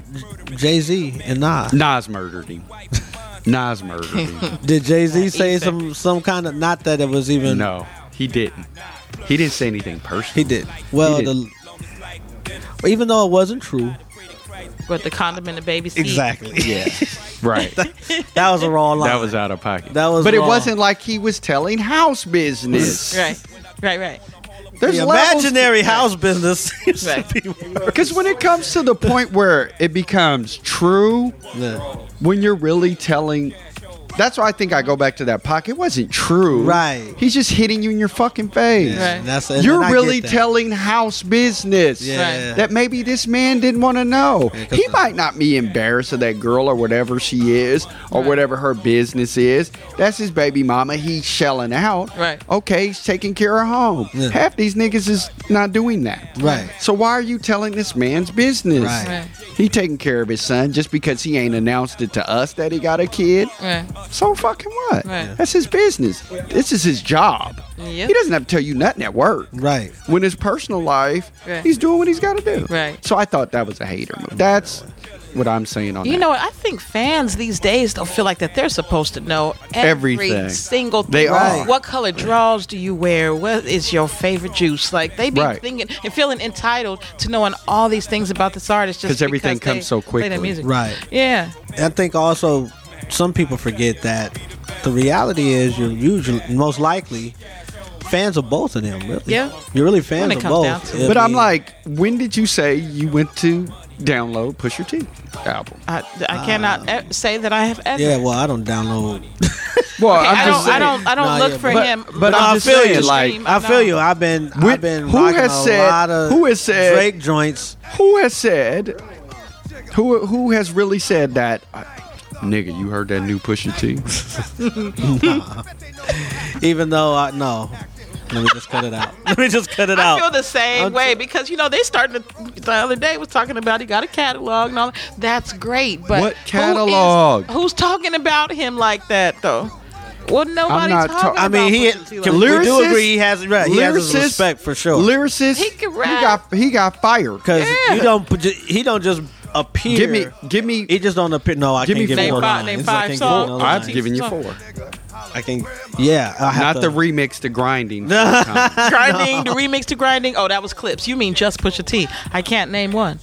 Jay Z and Nas? Nas murdered him. Nas murdered him. Did Jay Z say Ethan. some some kind of not that it was even no, he didn't. He didn't say anything personal. He did. Well, He did. the even though it wasn't true, with the condom and the baby seat. Yeah. right. that was a raw line. That was out of pocket. That was But it wrong. wasn't like he was telling house business. Right, right, right. There's the levels to imaginary house business. seems to Right. be worse. Because when it comes to the point where it becomes true, Yeah. when you're really telling, that's why I think I go back to that pocket. It wasn't true. Right. He's just hitting you in your fucking face. Yeah, and that's- and You're I get really that. telling house business Yeah. that maybe this man didn't want to know. 'cause he the- might not be embarrassed of that girl or whatever she is or whatever her business is. That's his baby mama. He's shelling out. Right. Okay, he's taking care of home. Yeah. Half these niggas is not doing that. Right. So why are you telling this man's business? Right. Right. He taking care of his son just because he ain't announced it to us that he got a kid. Right. So fucking what? Right. That's his business. This is his job. Yep. He doesn't have to tell you nothing at work. Right. When his personal life, Right. he's doing what he's got to do. Right. So I thought that was a hater move. That's what I'm saying on You that. know what? I think fans these days don't feel like that they're supposed to know every Everything. single thing. They are. What color drawers do you wear? What is your favorite juice? Like they be Right. thinking and feeling entitled to knowing all these things about this artist just 'Cause everything because they comes so play their quickly. music. Right. Yeah. I think also some people forget that the reality is you're usually most likely fans of both of them. Really. Yeah. You're really fans When it of comes both. down to it. I but I'm mean, like, when did you say you went to download Pusher T album? I, I cannot e- say that I have ever. yeah. Well, I don't download. Well, Okay, I don't. I don't. I don't Nah, look yeah, for but- him. but I'm on just the saying, stream. like, I No. feel you. I've been. I've With- been. who rocking has a said- lot of who has said- Drake joints? who has said who who has really said that nigga you heard that new pusha t Even though I no. Let me just cut it out. Let me just cut it I out. feel the same I'm way because you know they starting to, the other day was talking about he got a catalog and all. That's great, but What who is- catalog? who's talking about him like that though? Well, nobody's not talking. talk- I mean, he about Pusha T can, like we do Lyricist- agree he has right, he has his Lyricist- respect for sure. lyricist He can rap. got he got fired Because Yeah. you don't put- he don't just appear. give me give me He just don't appear. No, I Give me can't give four. you no Name five- lines. name I five can't give songs. you no i've lines. given you four I can. Yeah, I have not the to, remix to grinding okay that. grinding the remix to grinding. Oh, that was clips. You mean just Pusha T? I can't name one.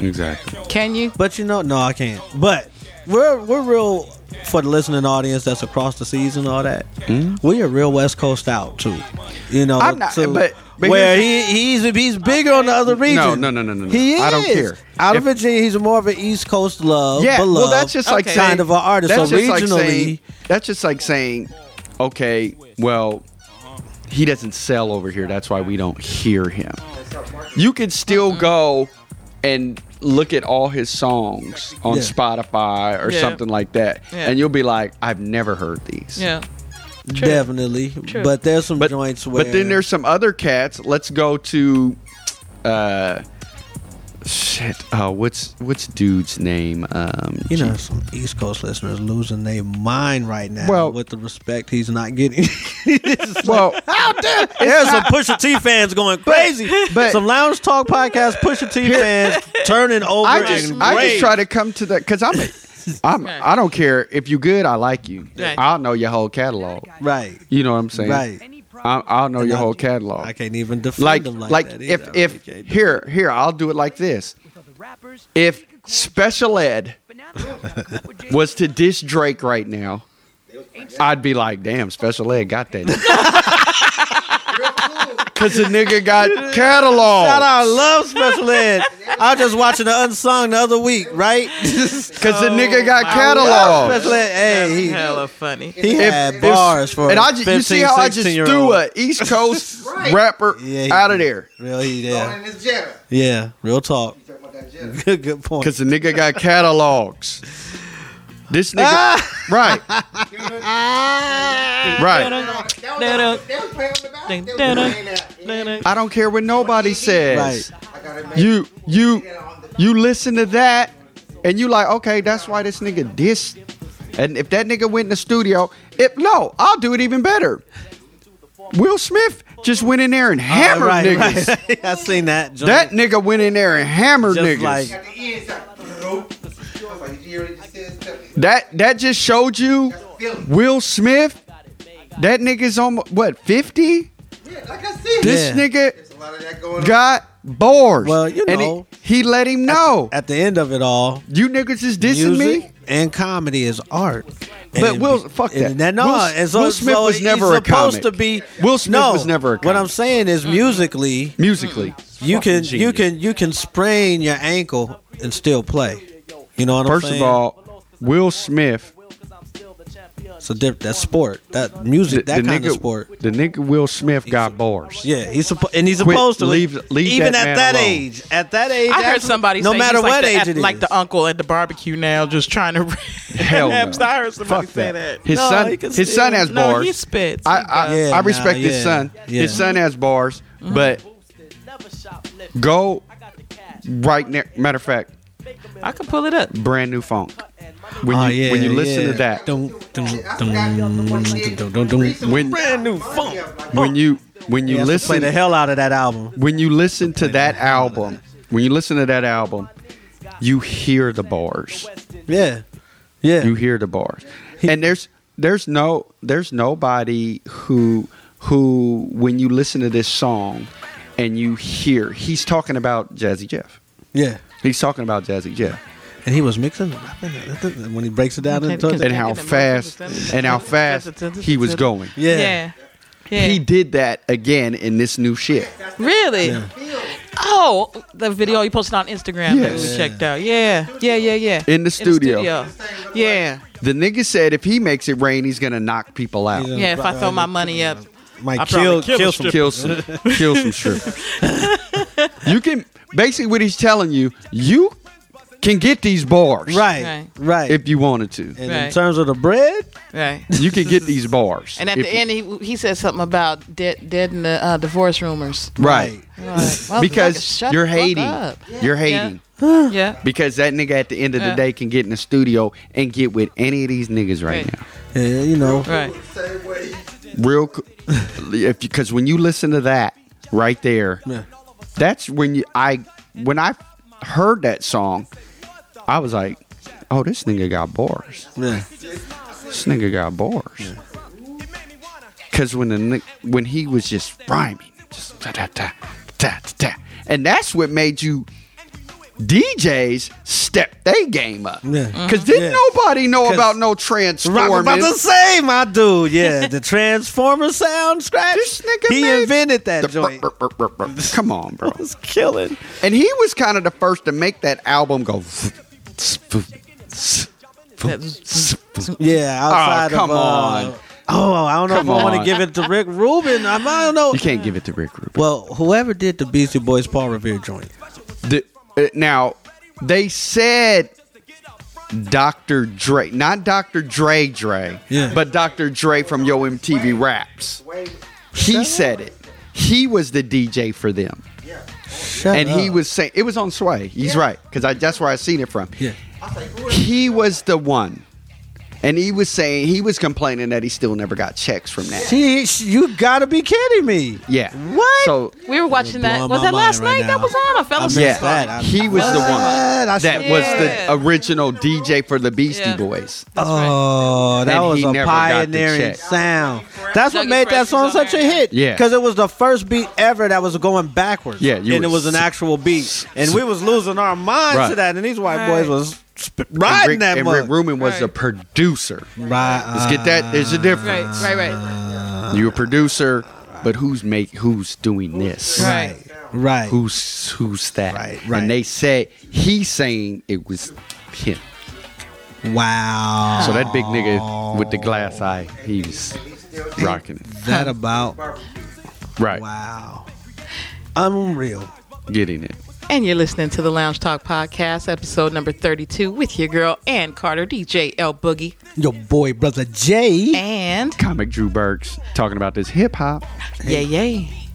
exactly Can you? But you know, no, I can't. But we're we're real for the listening audience that's across the seas and all that. We are real West Coast out too. You know, Hmm? I'm not- to but- but where he here's- he's he's bigger on the other region. no, no, no, no, no. He is. I don't care. Out of If- Virginia, he's more of an East Coast love. Yeah, well, beloved, that's just like Okay. kind saying- of an artist. That's so just like regionally, saying, that's just like saying, okay, well, he doesn't sell over here. That's why we don't hear him. You could still go and look at all his songs on Yeah. Spotify or Yeah. something like that, Yeah. and you'll be like, I've never heard these. Yeah. True. definitely. True. But there's some But, joints where. but then there's some other cats. Let's go to, uh, shit. Oh, what's what's dude's name? Um, You know, some East Coast listeners losing their mind right now Well- with the respect he's not getting. It's well, There's some Pusha T fans going crazy. but- some Lounge Talk podcast Pusha T fans turning over. I just and I rage. just try to come to the because I'm. I'm, Right. I don't care if you good. I like you. Right. I'll know your whole catalog. right, You know what I'm saying? right. I, I'll know your I- whole catalog. I can't even defend like, them like, like, that if either. I if really can't. here here I'll do it like this. If special ed was to diss Drake right now, I'd be like, damn, special ed got that. Cause the nigga got catalog. Shout out, I love special ed. I was just watching the unsung the other week, right? Cause the Oh, nigga got special catalog. ed. Hey, he, Hella funny. he had If- bars for and I ju- 15, you see how I just 16 year threw old. a East Coast rapper Yeah, he out of did. there. Real, he, yeah, It's Oh, Jetta. yeah, real talk. Talk about that Jetta. Good, good point. Cause the nigga got catalogs. This nigga, right, right. That was- Da-da. they was playing on the back. They was Da-da. playing that. I don't care what nobody says. I got it, man. You, you, you listen to that, and you like, okay, that's why this nigga diss. And if that nigga went in the studio, if no, I'll do it even better. Will Smith just went in there and hammered Oh, right, niggas. right. I seen that. joint. That nigga went in there and hammered Just niggas. like- At the end, it's like, nope. I was like, did you hear what he just said? It's Philly. That that just showed you Philly. Will Smith. That nigga's on what fifty? Yeah, like I said. This Yeah. nigga There's a lot of that going on. got bars. Well, you And he- know, he, let him know. at the end of it all, you niggas is dissing music me. and comedy is art. But And- Will- fuck that. and no, Will- and so, Will Smith so was he's never a comic. supposed to be. Will Smith no, was never a What comic. I'm saying is, musically, Musically, Mm-hmm. you can Fucking genius. you can you can sprain your ankle and still play. You know what I'm First saying? of all, Will Smith, so diff- that's sport. That music, the, that the kind nigga, of sport. the nigga Will Smith got bars. Yeah, he's suppo- and he's Quit, supposed to leave- leave even that man at that alone. age. At that age, I heard that's- somebody no say matter he's what like age the, it is, like the uncle at the barbecue now, just trying to. Hell no. I heard somebody Fuck say that. that. His No, son, he can his still- son has no, bars. he spits. I He I, does. Mm-hmm. Yeah, I respect nah, his yeah, son. yeah. His son has bars, but go right now. Matter of fact, I can pull it up. brand new funk. When you Oh, yeah, when you listen yeah. to that, Dun, dun, I dun, forgot the other one he did. dun, dun, dun. when brand new Remind me funk. of, like, when you when you You listen, play listen the hell out of that album. when you listen to that album, when you listen to that album, you hear the bars. Yeah, yeah. You hear the bars. And there's there's no there's nobody who who when you listen to this song and you hear he's talking about Jazzy Jeff. Yeah. He's talking about Jazzy Jeff. And he was mixing rapping, when he breaks it down Okay, into because- and how fast and how fast he was going. yeah. Yeah. Yeah. He did that again in this new shit. really? Oh, the video you posted on Instagram that Yes. we checked out. Yeah. Yeah, yeah, yeah. In the studio. studio. Yeah. The nigga said if he makes it rain, he's gonna knock people out. He's a- Yeah, if I throw my money up. Might I kill, probably kill, kill a some. kill some kill some strippers. you can basically what he's telling you, you can get these bars. Right, right. Right. If you wanted to. and in Right. terms of the bread, Right. You can get these bars. And at if the you- end, he, he said something about dead, dead in the uh, divorce rumors. Right. Like, motherfucker, Because shut you're the fuck hating. up. You're hating. Yeah. Because that nigga at the end of the Yeah. day can get in the studio and get with any of these niggas right Right. now. yeah, you know, Right. Same way. Real c- if because when you listen to that right there, Yeah. that's when you I when I heard that song, I was like, Oh, this nigga got bars. yeah, This nigga got bars. Cause when the ni- when he was just rhyming, just da da da da da, da. and that's what made you DJs step they game up. Yeah. Cause didn't Yeah. nobody know 'Cause about no Rock transforming. about the same, my dude. Yeah, the Transformer sound scratch. This nigga he made invented that The joint. brr, brr, brr, brr, brr. Come on, bro. was killing. And he was kind of the first to make that album go. That's- Yeah, outside Oh, come of. uh, on. Oh, I don't know Come if I want on. to give it to Rick Rubin. I, I don't know. You can't give it to Rick Rubin. Well, whoever did the Beastie Boys Paul Revere joint. The- uh, now, they said Dr. Dre, not Dr. Dre Dre, Yeah. but Dr. Dre from Yo MTV Raps. He said it. He was the DJ for them. Shut and he up. was saying, it was on Sway. He's right, because that's where I seen it from. Yeah. He was the one. And he was saying, he was complaining that he still never got checks from that. She, she- you gotta be kidding me. Yeah. What? So we were watching that. blowing Was my that mind last right night? That now. was on. I fell I asleep. yeah, missed that. I- he was the What? I one that should- was Yeah. the original DJ for the Beastie Yeah. Boys. Oh, that And was he a never got the pioneering check. sound. That's what Dougie made Fresh that song was on such a there. hit. Yeah. because it was the first beat ever that was going backwards. Yeah, you and it was was an s- actual beat, and we was losing our minds Right. to that. And these white Right. boys was sp- And riding Rick, that and mug. Ah. Rick Rubin was Right. the producer. Right, Let's get that. There's a Right, difference. right, right, You're a producer, but who's make who's doing this? right. right. Who's who's that? Right, right. And they said he's saying it was him. Wow. So that big nigga with the glass eye, he's rocking. that about Right. wow. Unreal. Getting it. And you're listening to the Lounge Talk podcast, episode number 32, with your girl Ann Carter, DJ L Boogie, Your boy, brother Jay. and Comic Drew Burks talking about this hip hop. Yay Yay.